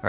All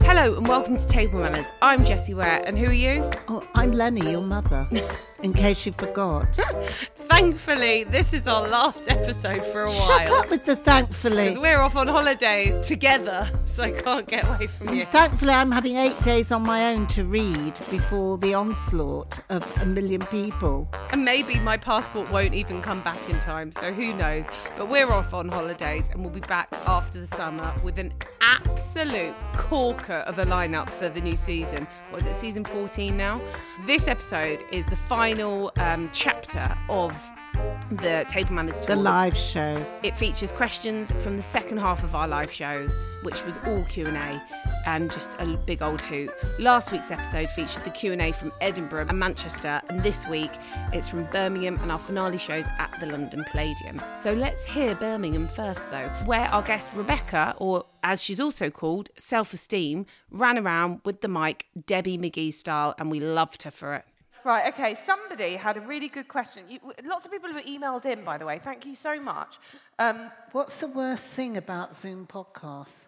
Hello and welcome to Table Manners. I'm Jessie Ware, and who are you? Oh, I'm Lenny, your mother, in case you forgot. Thankfully, this is our last episode for a while. Shut up with the Because thankfully. we're off on holidays together, so I can't get away from you. Thankfully, I'm having eight days on my own to read before the onslaught of a million people. And maybe my passport won't even come back in time, so who knows? But we're off on holidays and we'll be back after the summer with an absolute corker of a lineup for the new season. What is it, season 14 now? This episode is the final um, chapter of the Table Manners Tour. The live shows. It features questions from the second half of our live show, which was all Q&A and just a big old hoot. Last week's episode featured the Q&A from Edinburgh and Manchester, and this week it's from Birmingham and our finale shows at the London Palladium. So let's hear Birmingham first though, where our guest Rebecca or as she's also called, self-esteem, ran around with the mic Debbie McGee style and we loved her for it. Right, okay, somebody had a really good question. You, w- lots of people have emailed in, by the way. Thank you so much. Um, What's the worst thing about Zoom podcasts?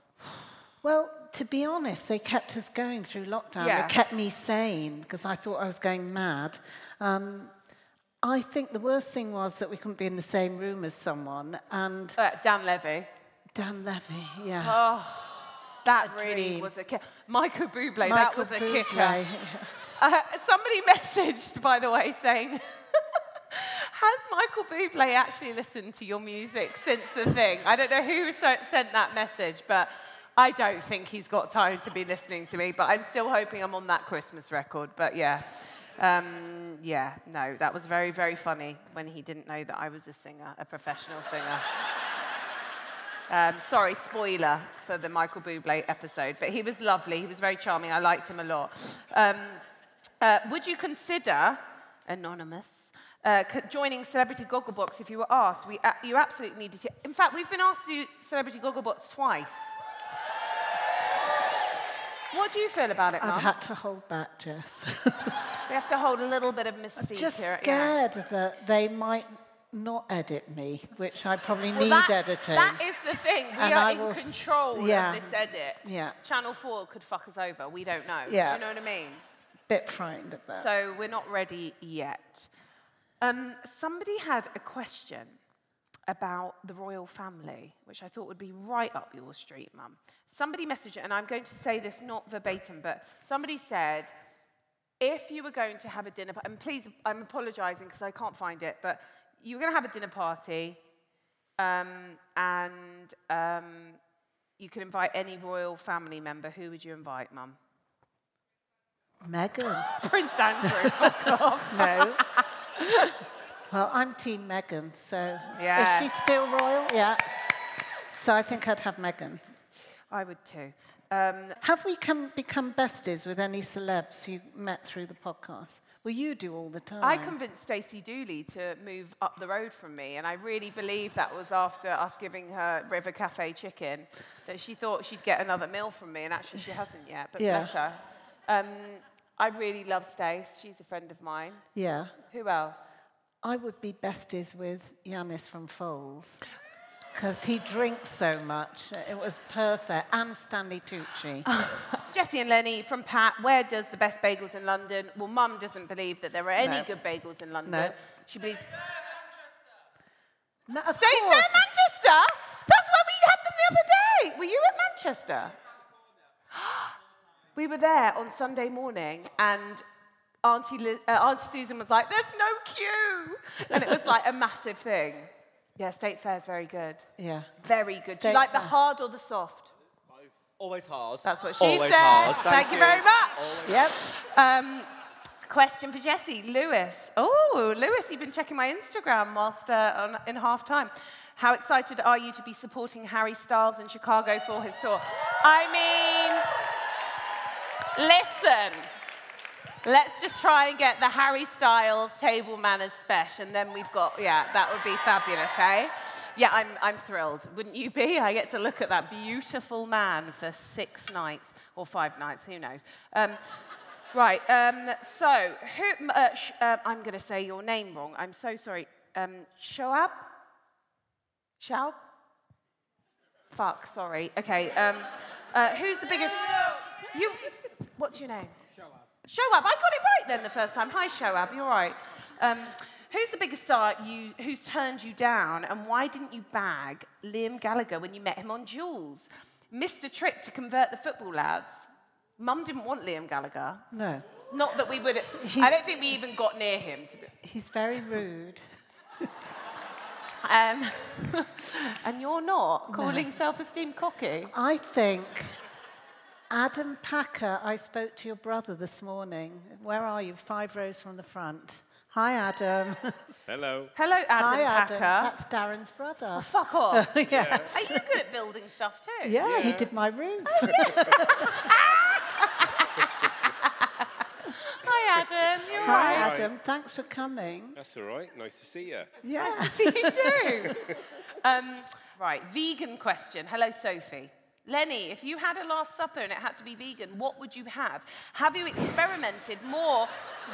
Well, to be honest, they kept us going through lockdown. Yeah. They kept me sane because I thought I was going mad. Um, I think the worst thing was that we couldn't be in the same room as someone. And uh, Dan Levy. Dan Levy, yeah. Oh, That A really dream. was a kick. Michael Bublé, that Michael was a Bublé. kicker. Uh, somebody messaged, by the way, saying, Has Michael Bublé actually listened to your music since the thing? I don't know who so- sent that message, but I don't think he's got time to be listening to me, but I'm still hoping I'm on that Christmas record. But yeah. Um, yeah, no, that was very, very funny when he didn't know that I was a singer, a professional singer. Um, sorry, spoiler for the Michael Bublé episode, but he was lovely. He was very charming. I liked him a lot. Um, uh, would you consider, anonymous, uh, c- joining Celebrity Gogglebox if you were asked? We, a you absolutely needed to. In fact, we've been asked to do Celebrity Gogglebox twice. What do you feel about it, Mum? I've had to hold back, Jess. we have to hold a little bit of mystique Just here. yeah. scared that they might not edit me, which I probably Well, need that- editing. That is the thing. We And are I in will s- control yeah. of this edit. Yeah. Channel 4 could fuck us over. We don't know. Do Yeah. you know what I mean? Bit frightened of that. So we're not ready yet. Um, somebody had a question about the royal family, which I thought would be right up your street, Mum. Somebody messaged it, and I'm going to say this not verbatim, but somebody said, if you were going to have a dinner, par- and please, I'm apologising because I can't find it, but you were going to have a dinner party, um, and um, you could invite any royal family member. Who would you invite, Mum? Megan. Prince Andrew. fuck off. No. well, I'm Team Megan, so Yeah. is she still royal? Yeah. So I think I'd have Megan. I would too. Um, Have we come, become besties with any celebs you met through the podcast? Well, you do all the time. I convinced Stacey Dooley to move up the road from me, and I really believe that was after us giving her River Cafe chicken, that she thought she'd get another meal from me, and actually she hasn't yet, but Yeah. bless her. Um, I really love Stace. She's a friend of mine. Yeah. Who else? I would be besties with Yanis from Foles. Because he drinks so much. It was perfect. And Stanley Tucci. Jesse and Lenny from Pat. Where does the best bagels in London? Well, Mum doesn't believe that there are any No. good bagels in London. No. She believes. Ma- of State Fair, course. Manchester. That's where we had them the other day. Were you at Manchester? we were there on Sunday morning, and Auntie, Liz, uh, Auntie Susan was like, "There's no queue," and it was like a massive thing. Yeah, State Fair's very good. Yeah. Very good. Do State you like the Fair. hard or the soft? Always hard. That's what she Always said. hard. Thank, you. very much. Yep. Um, question for Jesse Lewis. Oh, Lewis, you've been checking my Instagram whilst uh, on, in half time. How excited are you to be supporting Harry Styles in Chicago for his tour? I mean, listen. Let's just try and get the Harry Styles table manners special, and then we've got yeah, that would be fabulous, hey? Yeah, I'm I'm thrilled. Wouldn't you be? I get to look at that beautiful man for six nights or five nights, who knows? Um, right. Um, so who? Uh, sh- um, I'm going to say your name wrong. I'm so sorry. Um, Shoab. Shoab. Fuck. Sorry. Okay. Um, uh, who's the biggest? You. What's your name? Shoab, I got it right then the first time. Hi, Shoab, you're right. Um, who's the biggest star you, who's turned you down, and why didn't you bag Liam Gallagher when you met him on Jules? Mr. Trick to convert the football lads. Mum didn't want Liam Gallagher. No. Not that we would. I He's- don't think we even got near him. To be, He's very rude. um, and you're not calling self-esteem cocky. I think Adam Packer, I spoke to your brother this morning. Where are you? Five rows from the front. Hi, Adam. Hello. Hello, Adam Hi, Packer. Adam. That's Darren's brother. Fuck off. Are yes. you good at building stuff too? Yeah, he did my roof. Hi, Adam. You're Hi, right. Adam. Thanks for coming. That's all right. Nice to see you. Yeah. See you too. Ah. um, right, vegan question. Hello, Sophie. Lenny, if you had a Last Supper and it had to be vegan, what would you have? Have you experimented more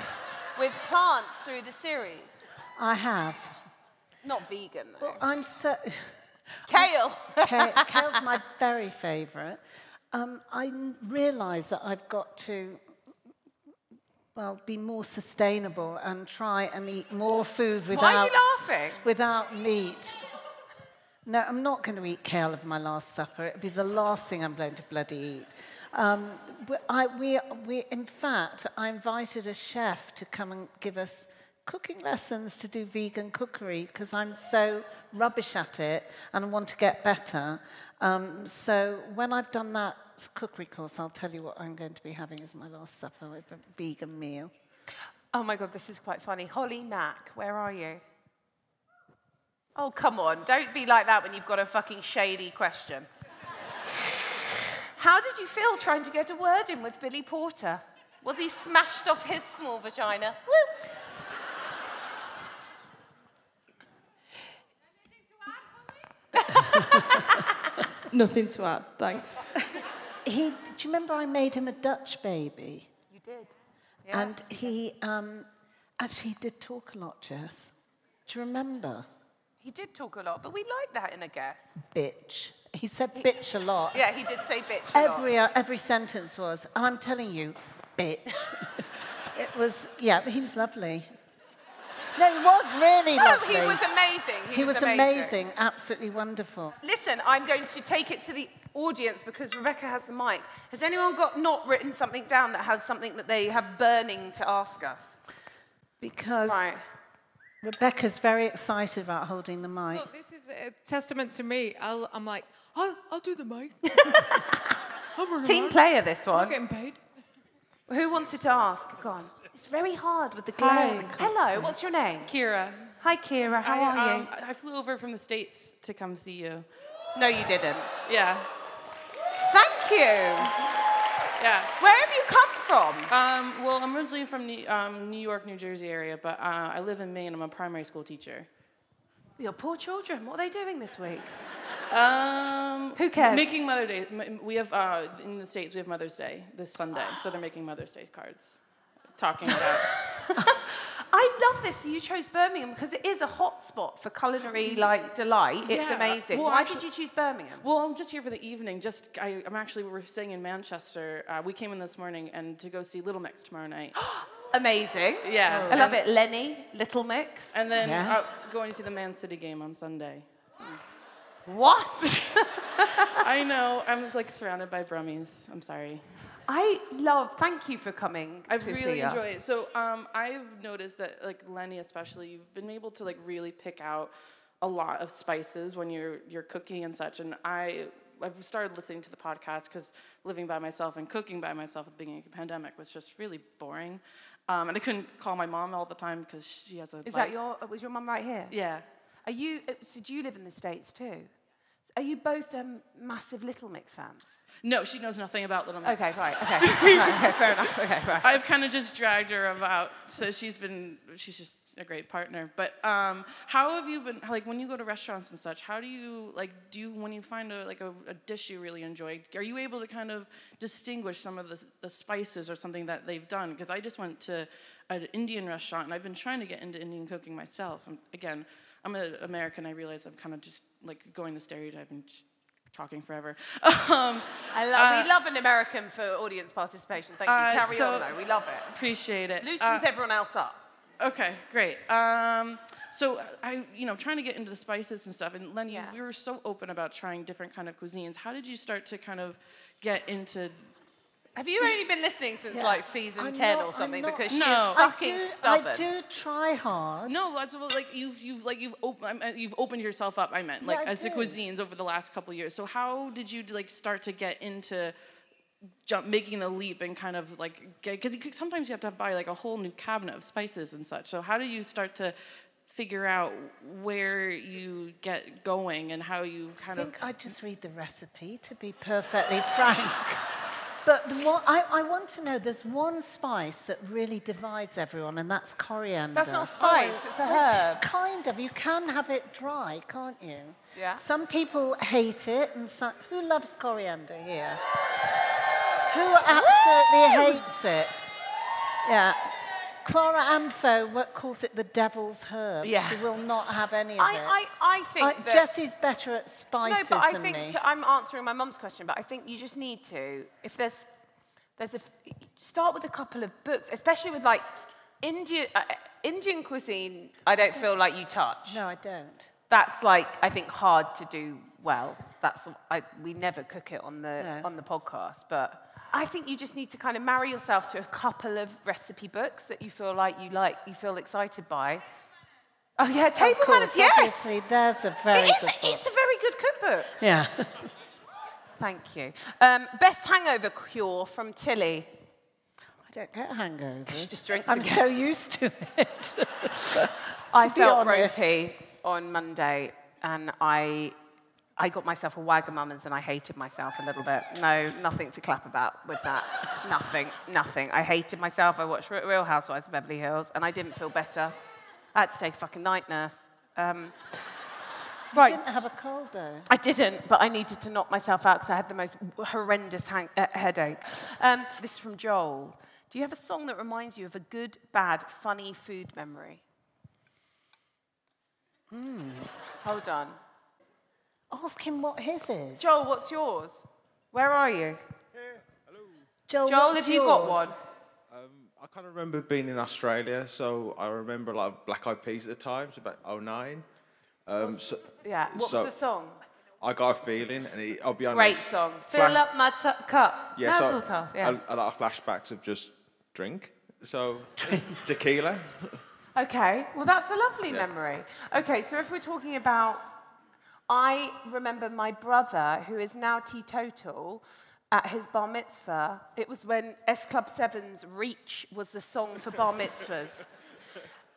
with plants through the series? I have. Not vegan, though. I'm so. Kale. Kale, kale's my very favourite. Um, I realise that I've got to, well, be more sustainable and try and eat more food without. Why are you laughing? without meat. No, I'm not going to eat kale of my last supper. It'd be the last thing I'm going to bloody eat. Um, but I, we, we, in fact, I invited a chef to come and give us cooking lessons to do vegan cookery because I'm so rubbish at it and I want to get better. Um, so when I've done that cookery course, I'll tell you what I'm going to be having as my last supper with a vegan meal. Oh my God, this is quite funny. Holly Mack, where are you? Oh, come on. Don't be like that when you've got a fucking shady question. How did you feel trying to get a word in with Billy Porter? Was he smashed off his small vagina? Woo! Nothing to add, thanks. He, do you remember I made him a Dutch baby? You did. And he um, actually he did talk a lot, Jess. Do you remember? He did talk a lot, but we like that in a guest. Bitch. He said bitch a lot. Yeah, he did say bitch. a lot. Every, uh, every sentence was, and I'm telling you, bitch. it was, yeah, he was lovely. No, he was really No, lovely. he was amazing. He, He was amazing, absolutely wonderful. Listen, I'm going to take it to the audience because Rebecca has the mic. Has anyone got not written something down that has something that they have burning to ask us? Because Right. Rebecca's very excited about holding the mic. Look, this is a testament to me. I'll, I'm like, I'll, I'll do the mic. I'm all Team right. player, this I'm one. getting paid. Who wanted to ask? Go on. It's very hard with the Hi. glare. Hello, what's your name? Kira. Hi, Kira. How I, are um, I flew over from the States to come see you. you? No, you didn't. Yeah, Thank you. yeah. Where have you come from? Um, well, I'm originally from New, um, New York, New Jersey area, but uh, I live in Maine. I'm a primary school teacher. Your poor children. What are they doing this week? Um, Who cares? Making Mother Day. m- We have, uh, in the States, we have Mother's Day this Sunday, so they're making Mother's Day cards. Talking about. I love this. You chose Birmingham because it is a hotspot for culinary like delight. It's Yeah. amazing. Well, Why actually- did you choose Birmingham? Well, I'm just here for the evening. Just I, I'm actually we're staying in Manchester. Uh, we came in this morning and to go see Little Mix tomorrow night. Amazing. Yeah. I love it. Lenny, Little Mix. And then Yeah. uh, going to see the Man City game on Sunday. What? I know. I'm like surrounded by Brummies. I'm sorry. I love. Thank you for coming. I to really see enjoy us. it. So um, I've noticed that like Lenny especially, you've been able to like really pick out a lot of spices when you're you're cooking and such. And I I've started listening to the podcast because living by myself and cooking by myself at the beginning of the pandemic was just really boring. Um, and I couldn't call my mom all the time because she has a. Is life. that your? uh, Was your mum right here? Yeah. Are you? uh, So do you live in the states too? Are you both um, massive Little Mix fans? No, she knows nothing about Little Mix. Okay, right. Okay. right, okay fair enough. Okay, right. I've kind of just dragged her about, so she's been she's just a great partner. But um, how have you been like when you go to restaurants and such? How do you like do you, when you find a like a, a dish you really enjoy? Are you able to kind of distinguish some of the, the spices or something that they've done? Because I just went to an Indian restaurant and I've been trying to get into Indian cooking myself. And again, I'm an American. I realize I'm kind of just like going the stereotype and just talking forever. um, I love, we love an American for audience participation. Thank you. uh, Carry so- on, though. We love it. appreciate it. Uh, Loosens everyone else up. Okay, great. Um, so I, you know, trying to get into the spices and stuff. And Lenny, Yeah. we were so open about trying different kind of cuisines. How did you start to kind of get into? Have you only been listening since like season I'm 10 not- or I'm something? not- Because No. she is I fucking I do, stubborn. I do try hard. No, that's what, like you've you've like you've opened you've opened yourself up. I meant like I as to did. cuisines over the last couple years. So how did you like start to get into? Jump, making the leap and kind of like because sometimes you have to buy like a whole new cabinet of spices and such. So how do you start to figure out where you get going and how you I kind of think I just read the recipe, to be perfectly frank. But the one, I, I want to know there's one spice that really divides everyone, and that's coriander. That's not spice, it's a Which is herb. kind of, you can have it dry, can't you? Yeah. Some people hate it, and some, who loves coriander here? Who absolutely hates it? Yeah. Clara Amfo what calls it the devil's herb. Yeah. She will not have any of it. I, I, I think Uh, that- Jessie's better at No, spices but I than think me. to, I'm answering my mum's question, but I think you just need to. If there's, there's a f- start with a couple of books, especially with like Indian uh, Indian cuisine. I don't feel like you touch. No, I don't. That's like I think hard to do well. That's I, we never cook it on the No. on the podcast, but I think you just need to kind of marry yourself to a couple of recipe books that you feel like you like, you feel excited by. Oh yeah, table of course, manners. Yes, Obviously, there's a very it is. good a- It's a very good cookbook. book. Yeah. Thank you. Um, best hangover cure from Tilly. I don't get hangovers. She just drinks I'm again. so used to it. I be felt honest. ropey on Monday, and I, I got myself a Wagamama's, and I hated myself a little bit. No, nothing to clap about with that. nothing, nothing. I hated myself. I watched Re- Real Housewives of Beverly Hills, and I didn't feel better. I had to take a fucking night nurse. Um, I right. didn't have a cold though. I didn't, but I needed to knock myself out because I had the most horrendous hang- uh, headache. Um, this is from Joel. Do you have a song that reminds you of a good, bad, funny food memory? Hmm, Hold on. Ask him what his is. Joel, what's yours? Where are you? Joel, Joel, what's have you got yours? one? I kind of remember being in Australia, so I remember a lot of Black Eyed Peas at the time, so about 09. Um, so Yeah, what's So- the song? I got a feeling, and it, I'll be honest. Great song. Fill flash- up my tu cup. yeah, so Mazel tov, yeah. A, a lot of flashbacks of just drink. So tequila. Okay, well, that's a lovely memory. Okay, so if we're talking about, I remember my brother, who is now teetotal, at his bar mitzvah. It was when S Club 7's Reach was the song for bar mitzvahs.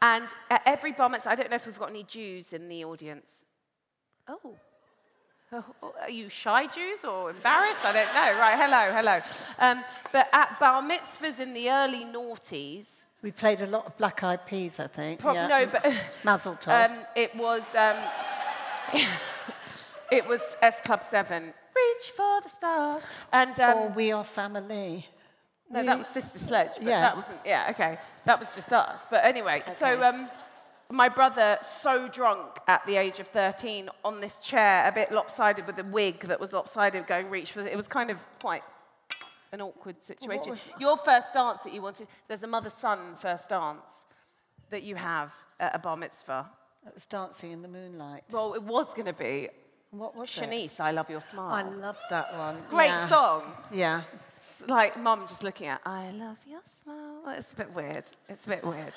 And at every bar mitzvah, I don't know if we've got any Jews in the audience. Oh. Oh, oh, Are you shy Jews or embarrassed? I don't know. Right, hello, hello. Um, but at bar mitzvahs in the early noughties, We played a lot of black eyed peas, I think. Prob- yeah. No, but Mazel tov. Um, it was um, it was S Club Seven. Reach for the stars. And um, or we are family. no, that was Sister Sledge. But Yeah. that wasn't. Yeah, okay, that was just us. But anyway, so um, my brother, so drunk at the age of thirteen, on this chair, a bit lopsided with a wig that was lopsided, going reach for. It was kind of quite an awkward what situation. was- Your first dance that you wanted, there's a mother son first dance that you have at a bar mitzvah. It was dancing in the moonlight. Well, it was going to be What was it? Oh, Shanice, I Love Your Smile. I loved that one. Great Yeah. song. Yeah. It's like mum just looking at, I love your smile. It's a bit weird. It's a bit weird.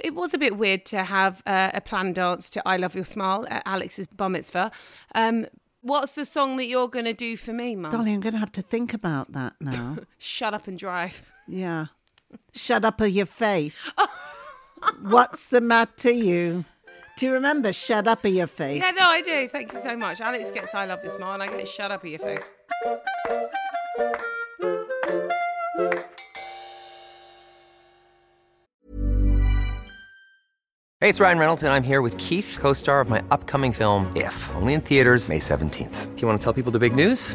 It was a bit weird to have uh, a planned dance to I Love Your Smile at Alex's bar mitzvah. Um, what's the song that you're going to do for me, Mum? Darling, I'm going to have to think about that now. Shut up and drive. yeah. Shut up or your face. What's the matter, you? Do you remember Shut Up or Your Face? Yeah, no, I do. Thank you so much. Alex gets I Love Your Smile and I get Shut Up at Your Face. Hey, it's Ryan Reynolds, and I'm here with Keith, co star of my upcoming film, If, only in theaters, May 17th. Do you want to tell people the big news?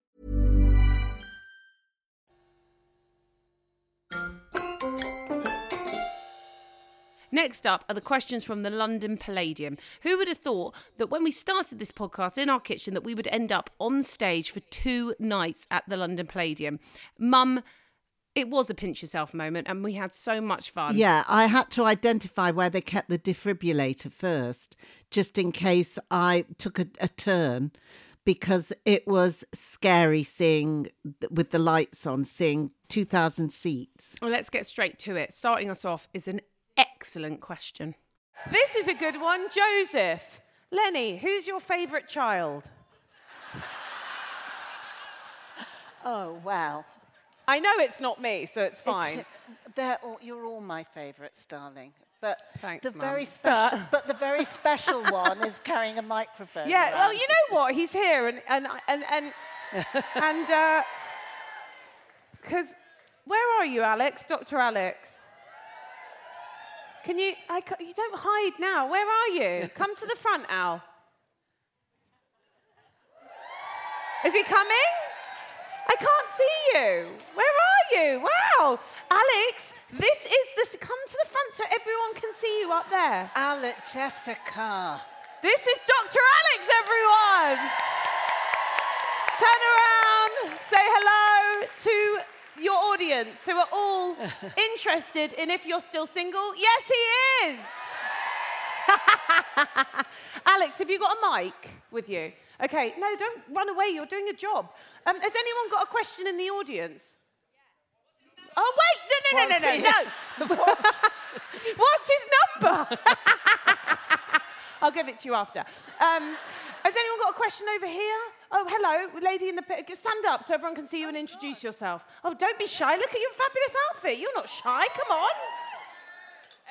Next up are the questions from the London Palladium. Who would have thought that when we started this podcast in our kitchen that we would end up on stage for two nights at the London Palladium? Mum, it was a pinch yourself moment and we had so much fun. Yeah, I had to identify where they kept the defibrillator first, just in case I took a, a turn, because it was scary seeing th- with the lights on, seeing 2,000 seats. Well, let's get straight to it. Starting us off is an excellent question. This is a good one. Joseph. Lenny, who's your favourite child? Oh, well. I know it's not me, so it's fine. It- they're all, you're all my favourites, darling. But Thanks, the Mum. very special, but the very special one is carrying a microphone. yeah, well, around. you know what? He's here and and and and and uh 'cause where are you, Alex? Dr. Alex. Can you I ca- you don't hide now. Where are you? Come to the front, Al. Is he coming? I can't see you. Where are you? Wow. Alex, this is this come to the front so everyone can see you up there. Alec Jessica. This is Dr. Alex, everyone! Turn around, say hello to your audience who are all interested in if you're still single. Yes, he is! Alex, have you got a mic with you? Okay, no, don't run away, you're doing a job. Um, has anyone got a question in the audience? Oh, wait, no, no, no, What's no, he- no, no. What's, his number? I'll give it to you after. Um, has anyone got a question over here? Oh, hello, lady in the pit. Stand up so everyone can see you and introduce yourself. Oh, don't be shy. Look at your fabulous outfit. You're not shy. Come on.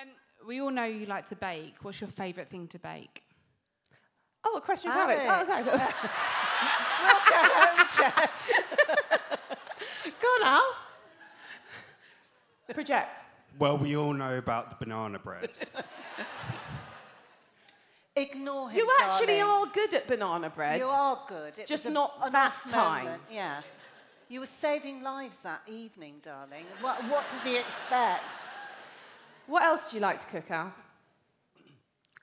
Um, We all know you like to bake. What's your favourite thing to bake? Oh, a question for Alex. Alex. Oh, okay. Hello, Jess. Go on, Al. Project. Well, we all know about the banana bread. Ignore him. You actually darling. are good at banana bread. You are good. It Just was a- not an that off time. moment, Yeah. You were saving lives that evening, darling. What, what did he expect? What else do you like to cook, Al?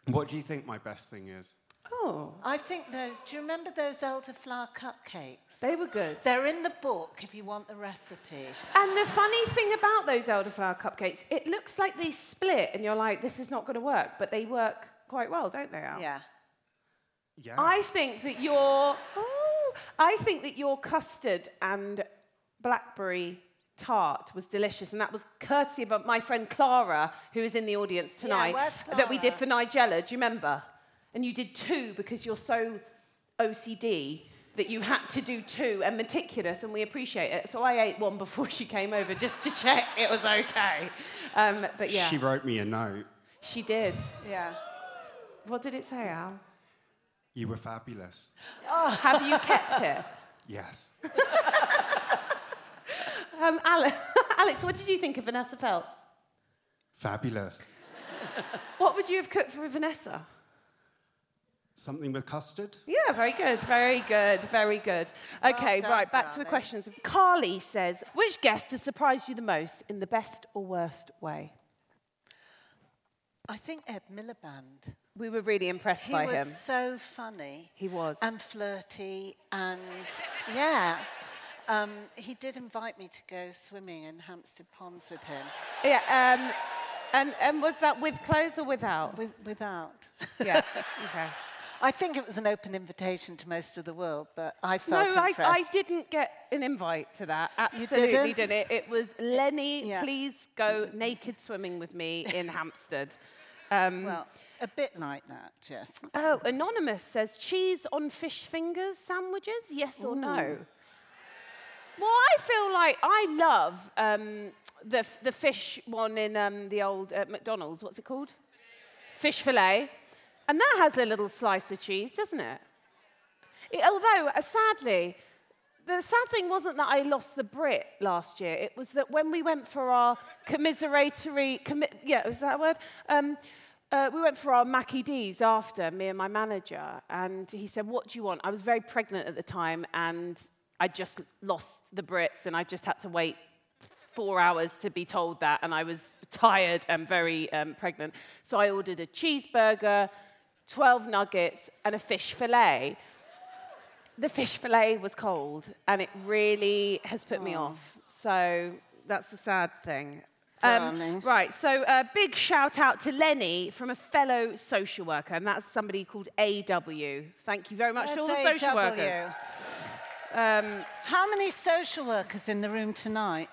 what do you think my best thing is? Oh, I think those. Do you remember those elderflower cupcakes? they were good. They're in the book if you want the recipe. And the funny thing about those elderflower cupcakes, it looks like they split, and you're like, this is not going to work, but they work quite well, don't they, Al? Yeah. Yeah. I think that your oh, I think that your custard and blackberry tart was delicious, and that was courtesy of uh, my friend Clara, who is in the audience tonight, where's that we did Clara? for Nigella. Do you remember? And you did two because you're so OCD that you had to do two and meticulous, and we appreciate it. So I ate one before she came over just to check it was okay. Um, but yeah, She she, wrote me a note. did. Yeah. What did it say, Al? Oh, You were fabulous. Have you kept it? Yes. Um, Ale- Alex, what did you think of Vanessa Feltz? fabulous. What would you have cooked for Vanessa? Something with custard? Yeah, very good, very good, very good. Okay, right, back to the questions. Carly says, which guest has surprised you the most in the best or worst way? I think Ed Miliband. We were really impressed He by was him. so funny. He was. And flirty and yeah. Um, he did invite me to go swimming in Hampstead Ponds with him. Yeah, um, and, and was that with clothes or without? With, without. Yeah, okay. I think it was an open invitation to most of the world, but I No, felt I, impressed. I didn't get an invite to that. Absolutely didn't? it. It was Lenny, Yeah. please go naked swimming with me in Hampstead. Um, well, a bit like that, Jess. Oh, Anonymous says cheese on fish fingers sandwiches, yes or no? Ooh. Well, I feel like I love um, the, f- the fish one in um, the old uh, McDonald's. What's it called? Fish fillet. And that has a little slice of cheese, doesn't it? It- although, uh, sadly, the sad thing wasn't that I lost the Brit last year. It was that when we went for our commiseratory, commi- yeah, is that a word? Um, uh, we went for our Mackie D's after, me and my manager, and he said, What do you want? I was very pregnant at the time, and I just lost the Brits, and I just had to wait four hours to be told that, and I was tired and very um, pregnant. So I ordered a cheeseburger, 12 nuggets, and a fish fillet. The fish fillet was cold, and it really has put me off. So that's the sad thing. Um, Darling. right, so a big shout out to Lenny from a fellow social worker, and that's somebody called AW. Thank you very much to all the social workers. Um, How many social workers in the room tonight?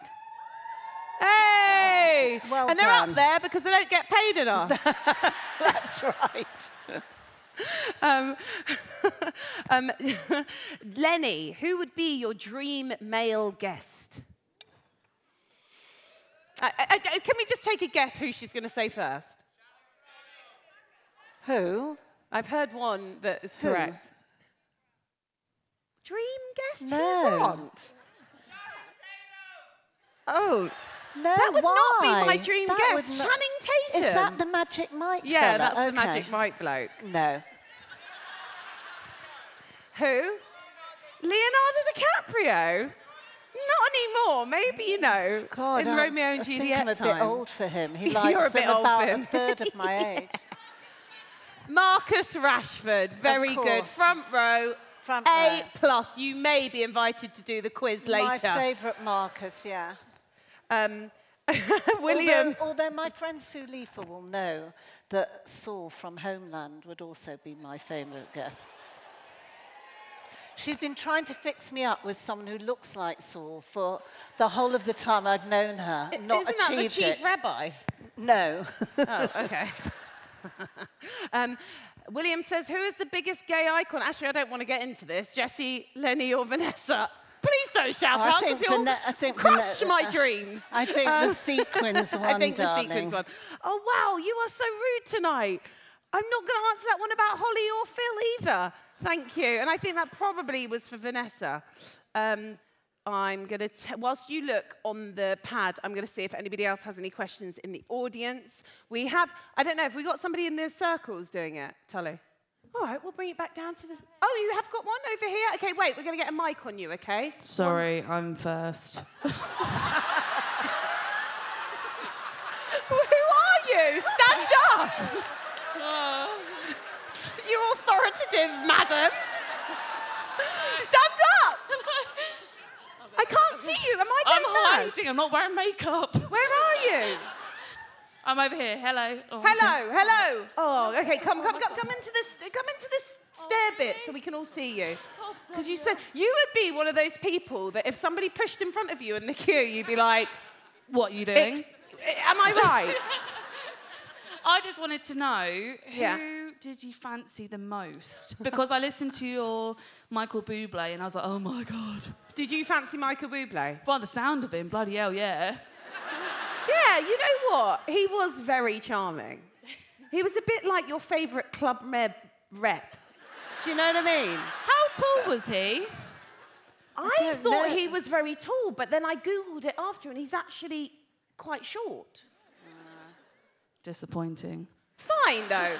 Hey! Well and they're done. up there because they don't get paid enough. That's right. um, um, Lenny, who would be your dream male guest? Uh, I, I, I- can we just take a guess who she's going to say first? Who? I've heard one that is Who? correct. Dream guest? who No. you want? Oh, No, That would not be my why? dream That guest, would not- Channing Is Tatum. that the Magic Mike yeah, fella? that's the Okay. Magic Mike bloke. No. Who? Leonardo DiCaprio? Not anymore. Maybe you know. God, in I'm- Romeo I and think Juliet I'm a times. bit old for him. He You're likes a bit him old for about him. a third of my age. Marcus Rashford, very good. course. Front row. Front A row. plus. You may be invited to do the quiz later. My favourite Marcus, yeah. um, William. Although, although my friend Sue Leifer will know that Saul from Homeland would also be my favourite guest. She's been trying to fix me up with someone who looks like Saul for the whole of the time I've known her. Not Isn't that the achieved chief it. rabbi? no. oh, okay. um, William says, Who is the biggest gay icon? Actually, I don't want to get into this. Jesse, Lenny, or Vanessa? Please don't shout I out think because you'll Vane- I think crush Vane- my uh, dreams. I think the sequins Um, I one, think the sequins darling. one. Oh, wow, you are so rude tonight. I'm not going to answer that one about Holly or Phil either. Thank you. And I think that probably was for Vanessa. Um, I'm going to, whilst you look on the pad, I'm going to see if anybody else has any questions in the audience. We have, I don't know, if we got somebody in the circles doing it, Tully? All right, we'll bring it back down to this. Oh, you have got one over here? Okay, wait, we're going to get a mic on you, okay? Sorry, I'm first. Who are you? Stand up! you authoritative madam. Stand up! I can't see you. Am I I'm getting loud? hiding. I'm not wearing makeup. Where are you? I'm over here. Hello. Oh, Hello, okay. hello. Oh, okay. Come, come, come, come into this. Come into this stair bit so we can all see you. Because you said you would be one of those people that if somebody pushed in front of you in the queue, you'd be like, What are you "Ex- doing? "Am I right?" I just wanted to know who Yeah. did you fancy the most? Because I listened to your Michael Bublé and I was like, oh my god. Did you fancy Michael Bublé? By the sound of him, bloody hell, yeah. Yeah, you know what? He was very charming. He was a bit like your favourite club med rep. Do you know what I mean? How tall was he? I, don't thought know. he was very tall, but then I googled it after, and he's actually quite short. disappointing. Fine though.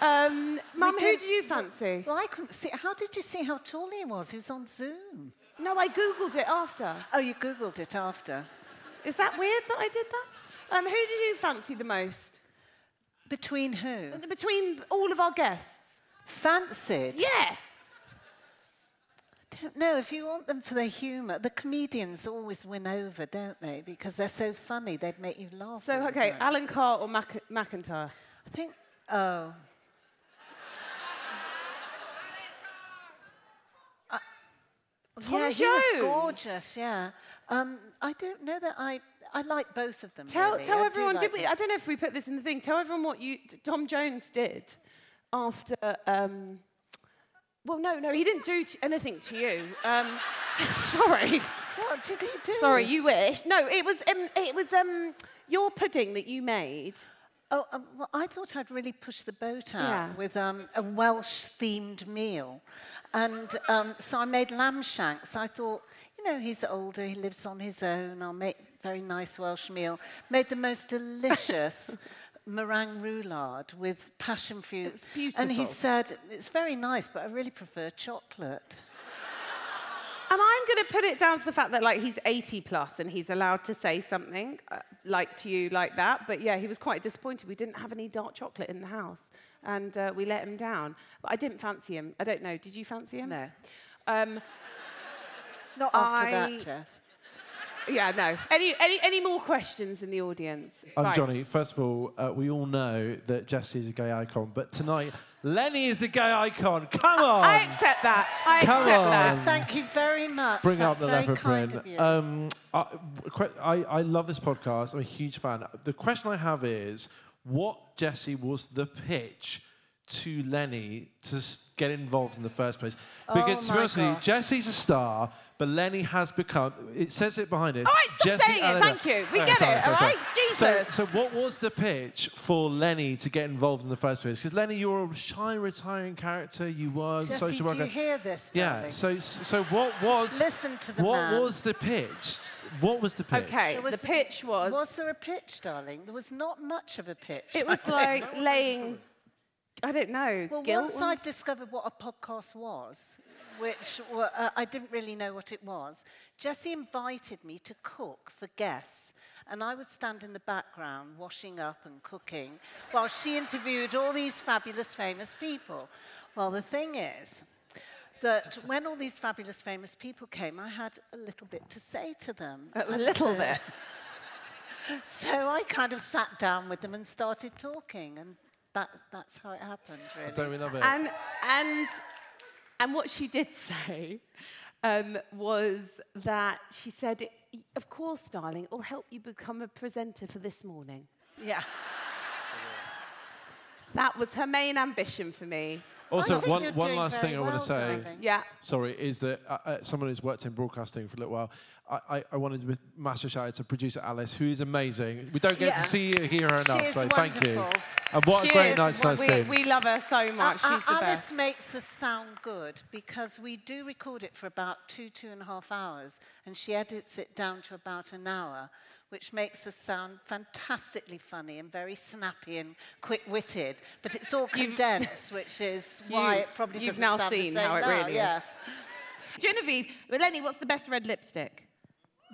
um, Mum, We who did- do you fancy? Well, I couldn't see. How did you see how tall he was? He was on Zoom. No, I googled it after. Oh, you googled it after. Is that weird that I did that? Um, who did you fancy the most? Between who? Between all of our guests. Fancied. Yeah. don't know if you want them for their humour. The comedians always win over, don't they? Because they're so funny, they'd make you laugh. So, okay, Alan Carr or Mac- McIntyre? I think. Oh. Uh, Tom yeah, he was Jones. gorgeous. Yeah, um, I don't know that I. I like both of them. Tell, really. tell I do everyone, like did we, them. I don't know if we put this in the thing, tell everyone what you, t- Tom Jones did after, um, well, no, no, he didn't do t- anything to you. Um, sorry. What did he do? Sorry, you wish. No, it was, um, it was um, your pudding that you made. Oh, um, well, I thought I'd really push the boat out Yeah. with um, a Welsh themed meal. And um, so I made lamb shanks. I thought, you know, he's older, he lives on his own, I'll make a very nice Welsh meal. Made the most delicious meringue roulade with passion fruit. It was And he beautiful. said, it's very nice, but I really prefer chocolate. And I'm going to put it down to the fact that, like, he's 80 plus and he's allowed to say something uh, like to you like that. But yeah, he was quite disappointed. We didn't have any dark chocolate in the house and uh, we let him down. But I didn't fancy him. I don't know. Did you fancy him? No. Um, Not after I- that, Jess. yeah, no. Any, any, any more questions in the audience? I'm Right. Johnny. First of all, uh, we all know that Jesse is a gay icon, but tonight Lenny is a gay icon. Come on! I accept that. I Come accept on. that. Thank you very much. um, Bring That's out the very leopard kind print. of you. Um, I, que- I, I love this podcast. I'm a huge fan. The question I have is what, Jesse, was the pitch to Lenny to s- get involved in the first place? Because, Oh to my be honest with you, gosh. Jesse's a star, but Lenny has become, it says it behind us. All right, stop Jesse saying it. Eleanor- Thank you. We Oh, get sorry, it, sorry, all sorry. right? So- Jesus. So, what was the pitch for Lenny to get involved in the first place? Because, Lenny, you're a shy, retiring character. You were a Jesse, social do worker. you hear this? Yeah. darling? So, so what was? Listen to the What man. was the pitch? What was the pitch? Okay, There was- the pitch was. Was there a pitch, darling? There was not much of a pitch. It was like laying, I don't know, Well, guilt. once I discovered what a podcast was, which wa- uh, I didn't really know what it was, Jesse invited me to cook for guests. And I would stand in the background washing up and cooking while she interviewed all these fabulous, famous people. Well, the thing is, that when all these fabulous, famous people came, I had a little bit to say to them. A And little so- bit. So I kind of sat down with them and started talking, and that, that's how it happened, really. Don't we love it? And and and what she did say um, was that she said, "Of course, darling, it will help you become a presenter for this morning." Yeah. That was her main ambition for me. also, one, one last thing I want to say. Yeah. Sorry, is that uh, uh, someone who's worked in broadcasting for a little while. I, I, I wanted with massive shout out to producer Alice, who is amazing. We don't get Yeah. to see you hear her She enough, is so thank you. wonderful. And what She a great is night's wo- that's we, been. we love her so much. A- She's the Alice best. makes us sound good because we do record it for about two, two and a half hours, and she edits it down to about an hour, which makes us sound fantastically funny and very snappy and quick witted. But it's all condensed, which is why You- it probably you've doesn't now sound the seen same how it now, really is. yeah. Genevieve, Lenny, what's the best red lipstick?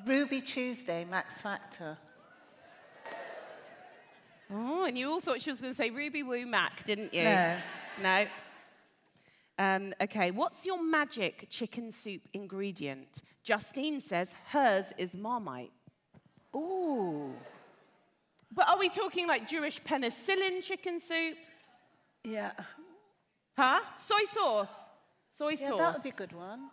Ruby Tuesday, Max Factor. Oh, and you all thought she was going to say Ruby Woo Mac, didn't you? No. No. Um, okay, what's your magic chicken soup ingredient? Justine says hers is Marmite. Ooh. But are we talking like Jewish penicillin chicken soup? Yeah. Huh? Soy sauce. Soy yeah, sauce. that would be a good one.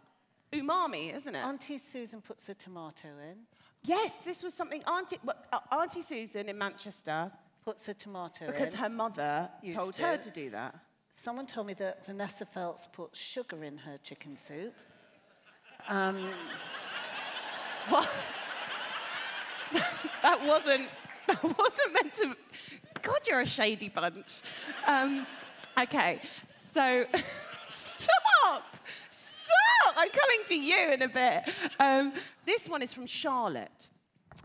Umami, isn't it? Auntie Susan puts a tomato in. Yes, this was something Auntie, well, uh, Auntie Susan in Manchester, Puts a tomato because in. her mother Used told her it. to do that. Someone told me that Vanessa Phelps puts sugar in her chicken soup. Um, what? that wasn't that wasn't meant to. God, you're a shady bunch. Um, okay, so stop, stop. I'm coming to you in a bit. Um, this one is from Charlotte.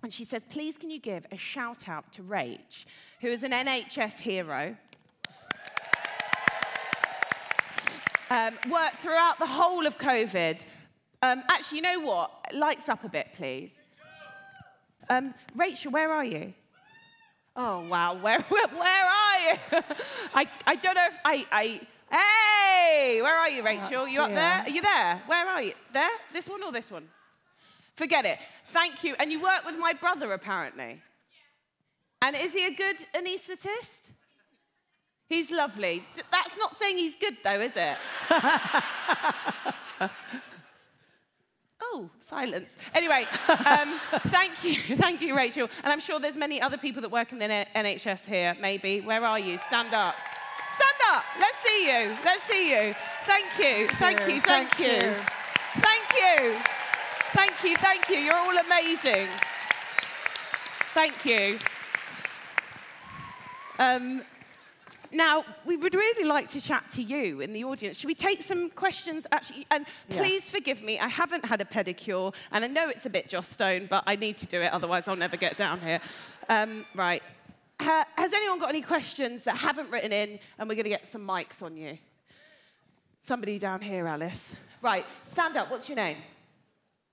And she says, please can you give a shout out to Rach, who is an NHS hero. um, worked throughout the whole of COVID. Um, actually, you know what? Lights up a bit, please. Um, Rachel, where are you? Oh, wow. Where, where, where are you? I, I don't know if I. I hey! Where are you, Rachel? You up see there? her. Are you there? Where are you? There? This one or this one? Forget it. Thank you. And you work with my brother, apparently. And is he a good anaesthetist? He's lovely. Th- That's not saying he's good, though, is it? Oh, silence. Anyway, um, thank you, thank you, Rachel. And I'm sure there's many other people that work in the N- NHS here. Maybe. Where are you? Stand up. Stand up. Let's see you. Let's see you. Thank you. Thank you. Thank, Thank you. you. Thank you. Thank you. Thank you. You're all amazing. Thank you. Um, now, we would really like to chat to you in the audience. Should we take some questions? Actually, and Yeah. please forgive me, I haven't had a pedicure, and I know it's a bit Joss Stone, but I need to do it, otherwise I'll never get down here. Um, right. Ha- has anyone got any questions that haven't written in? And we're going to get some mics on you. Somebody down here, Alice. Right, stand up. What's your name?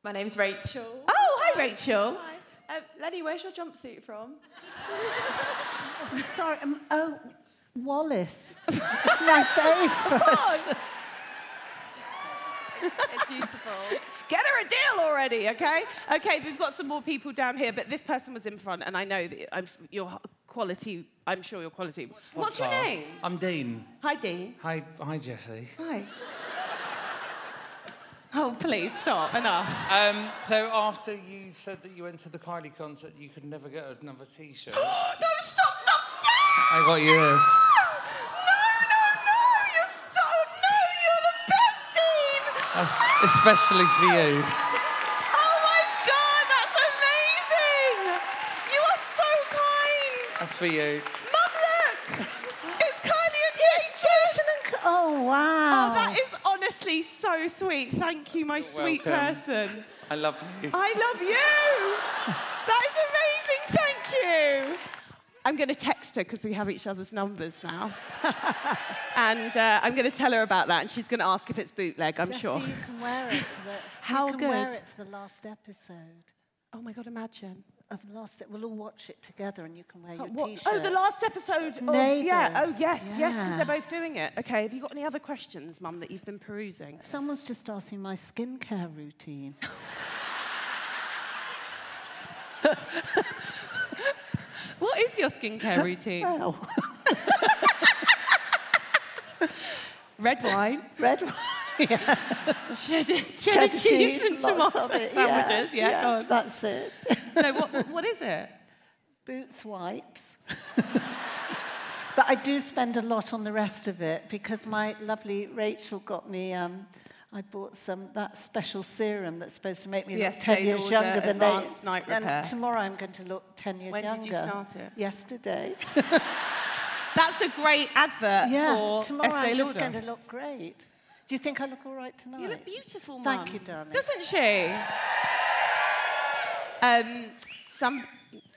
My name's Rachel. Oh, hi, Rachel. Hi. Um, Lenny, where's your jumpsuit from? I'm sorry. Um, oh, Wallace. it's my favourite. It's beautiful. Get her a deal already, okay? Okay, we've got some more people down here, but this person was in front, and I know that I'm, your quality, I'm sure your quality. What's your Podcast. name? I'm Dean. Hi, Dean. Hi, hi, Jesse. Hi. Oh, please stop. Enough. Um, so after you said that you went to the Kylie concert, you could never get another T-shirt. no, stop, stop, stop! I got you this. You're so, no, you're the best, Dean! That's especially for you. Oh my god, that's amazing! You are so kind! That's for you. Mum, look! It's Kylie and Jason! and... Oh, wow. Oh, that is honestly so sweet. Thank you, my sweet welcome. person. I love you. I love you. That is amazing. Thank you. I'm going to text her because we have each other's numbers now. and uh, I'm going to tell her about that, and she's going to ask if it's bootleg, I'm Jessie, sure. You can wear it for the, How you can wear good. it for the last episode. Oh my God, imagine. Of the last, e, we'll all watch it together and you can wear Oh, your what- t shirt. oh, the last episode. Of, yeah. Oh, Neighbours. yes, yes, because Yeah. they're both doing it. Okay. Have you got any other questions, Mum, that you've been perusing? Someone's just asking my skincare routine. What is your skincare routine? Well. Red wine. Red wine. Yeah. Cheddar, cheddar cheese and lots tomato of it, sandwiches. Yeah, go on. that's it. no, what, what is it? Boots wipes. but I do spend a lot on the rest of it because my lovely Rachel got me. Um, I bought some that special serum that's supposed to make me Yes, look ten day years order, younger than advanced eight. night repair. And tomorrow I'm going to look ten years When younger. did you start it? Yesterday. That's a great advert yeah. for tomorrow Estee I'm just Lauder. going to look great. Do you think I look all right tonight? You look beautiful, Thank Mum. you, darling. Doesn't she? Um, some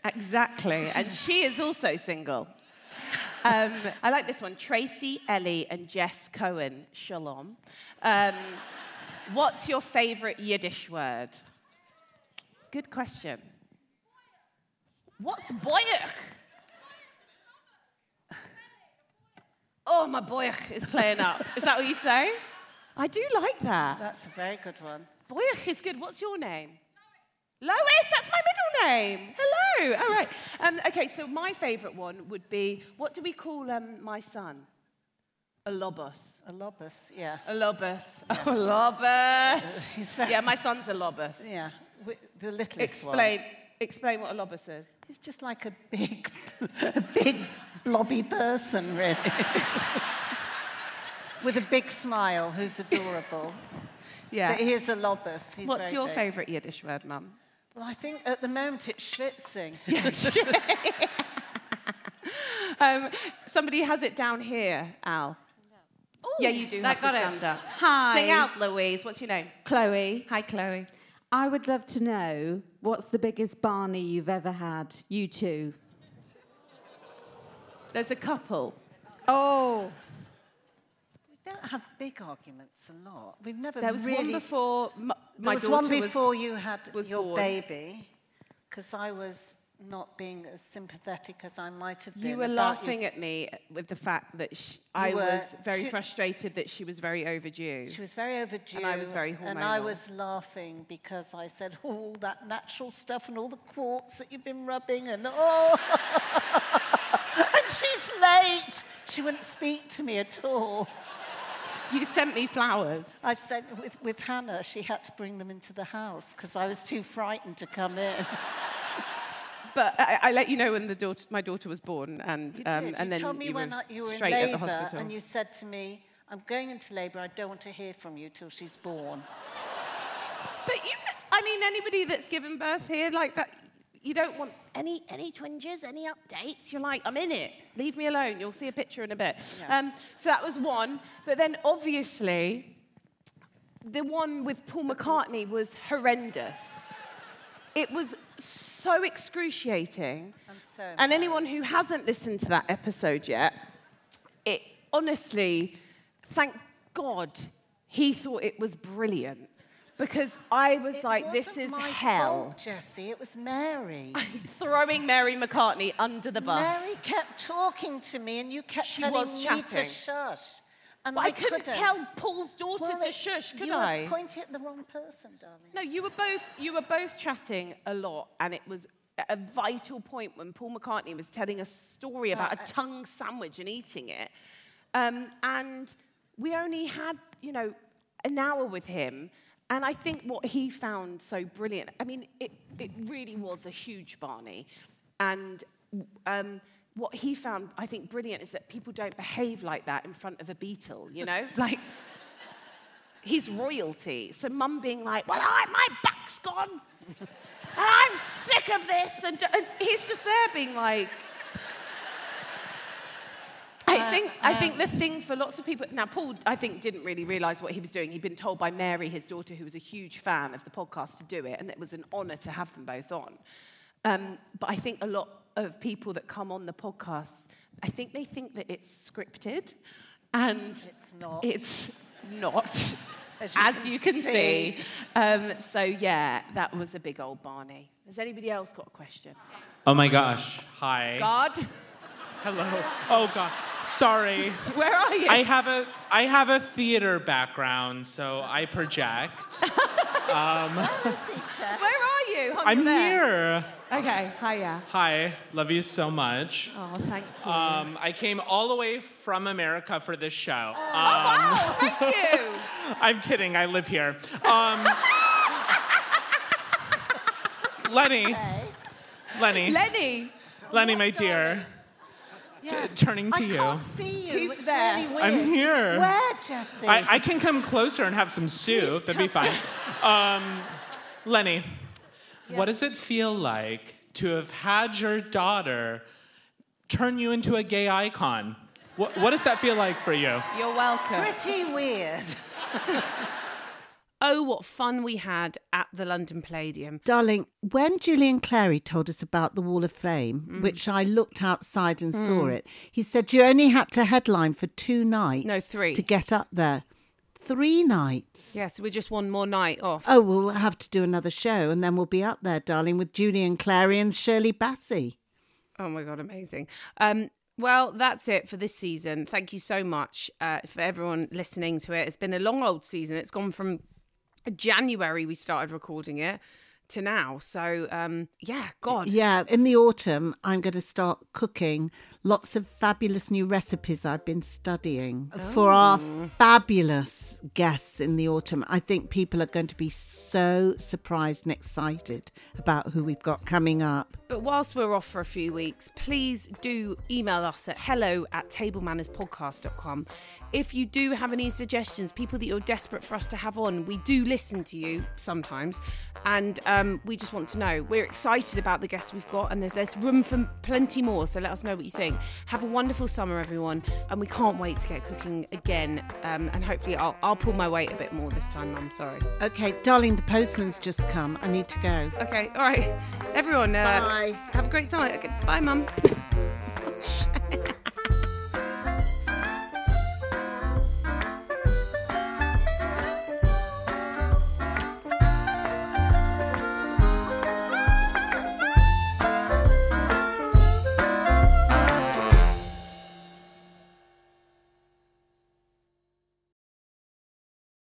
exactly, and she is also single. Um, I like this one. Tracy, Ellie, and Jess Cohen. Shalom. Um, what's your favourite Yiddish word? Good question. What's boyach? Oh, my boyach is playing up. Is that what you'd say? I do like that. That's a very good one. Boyach is good. What's your name? Lois, that's my middle name. Hello. All right. Um, okay, so my favourite one would be what do we call um, my son? A lobus. A lobus, yeah. A lobus. Oh, a lobus. yeah, my son's a lobus. Yeah, wi- the littlest Explain. one. Explain what a lobus is. He's just like a big, a big blobby person, really. With a big smile, who's adorable. Yeah. But he is a lobus. He's What's very your big. favourite Yiddish word, Mum? Well, I think at the moment it's schwitzing. Um, somebody has it down here, Al. yeah, you do that have got to it. stand up. Hi. Sing out, Louise. What's your name? Chloe. Hi, Chloe. I would love to know what's the biggest Barney you've ever had, you two? There's a couple. Oh. We don't have big arguments a lot. We've never There was one really... before m- my there was one daughter was- before you had was your born. baby, because I was not being as sympathetic as I might have been. You were about laughing at me with the fact that sh I were was very too- frustrated that she was very overdue. She was very overdue. And I was very hormonal. And I was laughing because I said, "Oh, all that natural stuff and all the quartz that you've been rubbing and oh." and she's late. She wouldn't speak to me at all. You sent me flowers. I sent with, with Hannah. She had to bring them into the house because I was too frightened to come Um, in. But I, I let you know when the daughter, my daughter was born, and You um, did. and you then told me you, when were I, you were in straight at the labour hospital. and you said to me, "I'm going into labour. I don't want to hear from you till she's born." But you, kn- I mean, anybody that's given birth here like that, you don't want any any twinges, any updates. You're like, I'm in it. Leave me alone. You'll see a picture in a bit. Yeah. Um, so that was one. But then obviously, the one with Paul McCartney was horrendous. It was so excruciating. I'm so. And anyone who hasn't listened to that episode yet, it honestly, thank God he thought it was brilliant because I was like, this is Wasn't my hell. fault, Jessie. It was Mary. Throwing Mary McCartney under the bus. Mary kept talking to me, and you kept She telling was me chatting. to shush. And But I, I couldn't tell Paul's daughter to shush, could you I? Were pointing at the wrong person, darling. No, you were both you were both chatting a lot, and it was a- a vital point when Paul McCartney was telling a story about Right, I- a tongue sandwich and eating it, um, and we only had you know an hour with him. And I think what he found so brilliant, I mean, it, it really was a huge Barney. And um, what he found, I think, brilliant is that people don't behave like that in front of a beetle, you know? like, he's royalty. So mum being like, well, I, my back's gone. and I'm sick of this. And, and he's just there being like... I Uh, think, I um, think the thing for lots of people... Now, Paul, I think, didn't really realise what he was doing. He'd been told by Mary, his daughter, who was a huge fan of the podcast, to do it. And it was an honour to have them both on. Um, but I think a lot of people that come on the podcast, I think they think that it's scripted. And it's not. It's not. As As you you, can can, see. see. Um, so, yeah, that was a big old Barney. Has anybody else got a question? Oh my gosh. Hi. God? Hello. Oh god. Sorry. Where are you? I have a I have a theater background, so I project. um, Where are you? Hung I'm there. here. Okay, hiya. Hi. Love you so much. Oh, thank you. Um, I came all the way from America for this show. Oh, wow, thank you. I'm kidding. I live here. Um, Lenny. Lenny. Lenny. Lenny, my dear. T- turning to I you. can't see you. He's it's there. really weird. I'm here. Where, Jessie? I, I can come closer and have some soup. That'd be fine. Um, Lenny, what does it feel like to have had your daughter turn you into a gay icon? What, what does that feel like for you? You're welcome. Pretty weird. oh, what fun we had at the London Palladium. Darling, when Julian Clary told us about the Wall of Fame, which I looked outside and saw Mm. it, he said you only had to headline for two nights. No, three. To get up there. Three nights. Yeah, so we're just one more night off. Oh, we'll have to do another show and then we'll be up there, darling, with Julian Clary and Shirley Bassey. Oh my god, amazing! Um, well, that's it for this season. Thank you so much uh, for everyone listening to it. It's been a long old season. It's gone from January we started recording it to now. So um, yeah, God, Yeah, in the autumn, I'm going to start cooking lots of fabulous new recipes I've been studying for our Oh. fabulous guests in the autumn. I think people are going to be so surprised and excited about who we've got coming up. But whilst we're off for a few weeks, please do email us at hello at tablemannerspodcast.com. If you do have any suggestions, people that you're desperate for us to have on, we do listen to you sometimes. And um, we just want to know. We're excited about the guests we've got, and there's, there's room for plenty more. So let us know what you think. episode. Have a wonderful summer, everyone, and we can't wait to get cooking again. Um, and hopefully, I'll, I'll pull my weight a bit more this time. I'm sorry. Okay, darling, the postman's just come. I need to go. Okay, all right, everyone. Uh, bye. Have a great summer. Okay, bye, mum.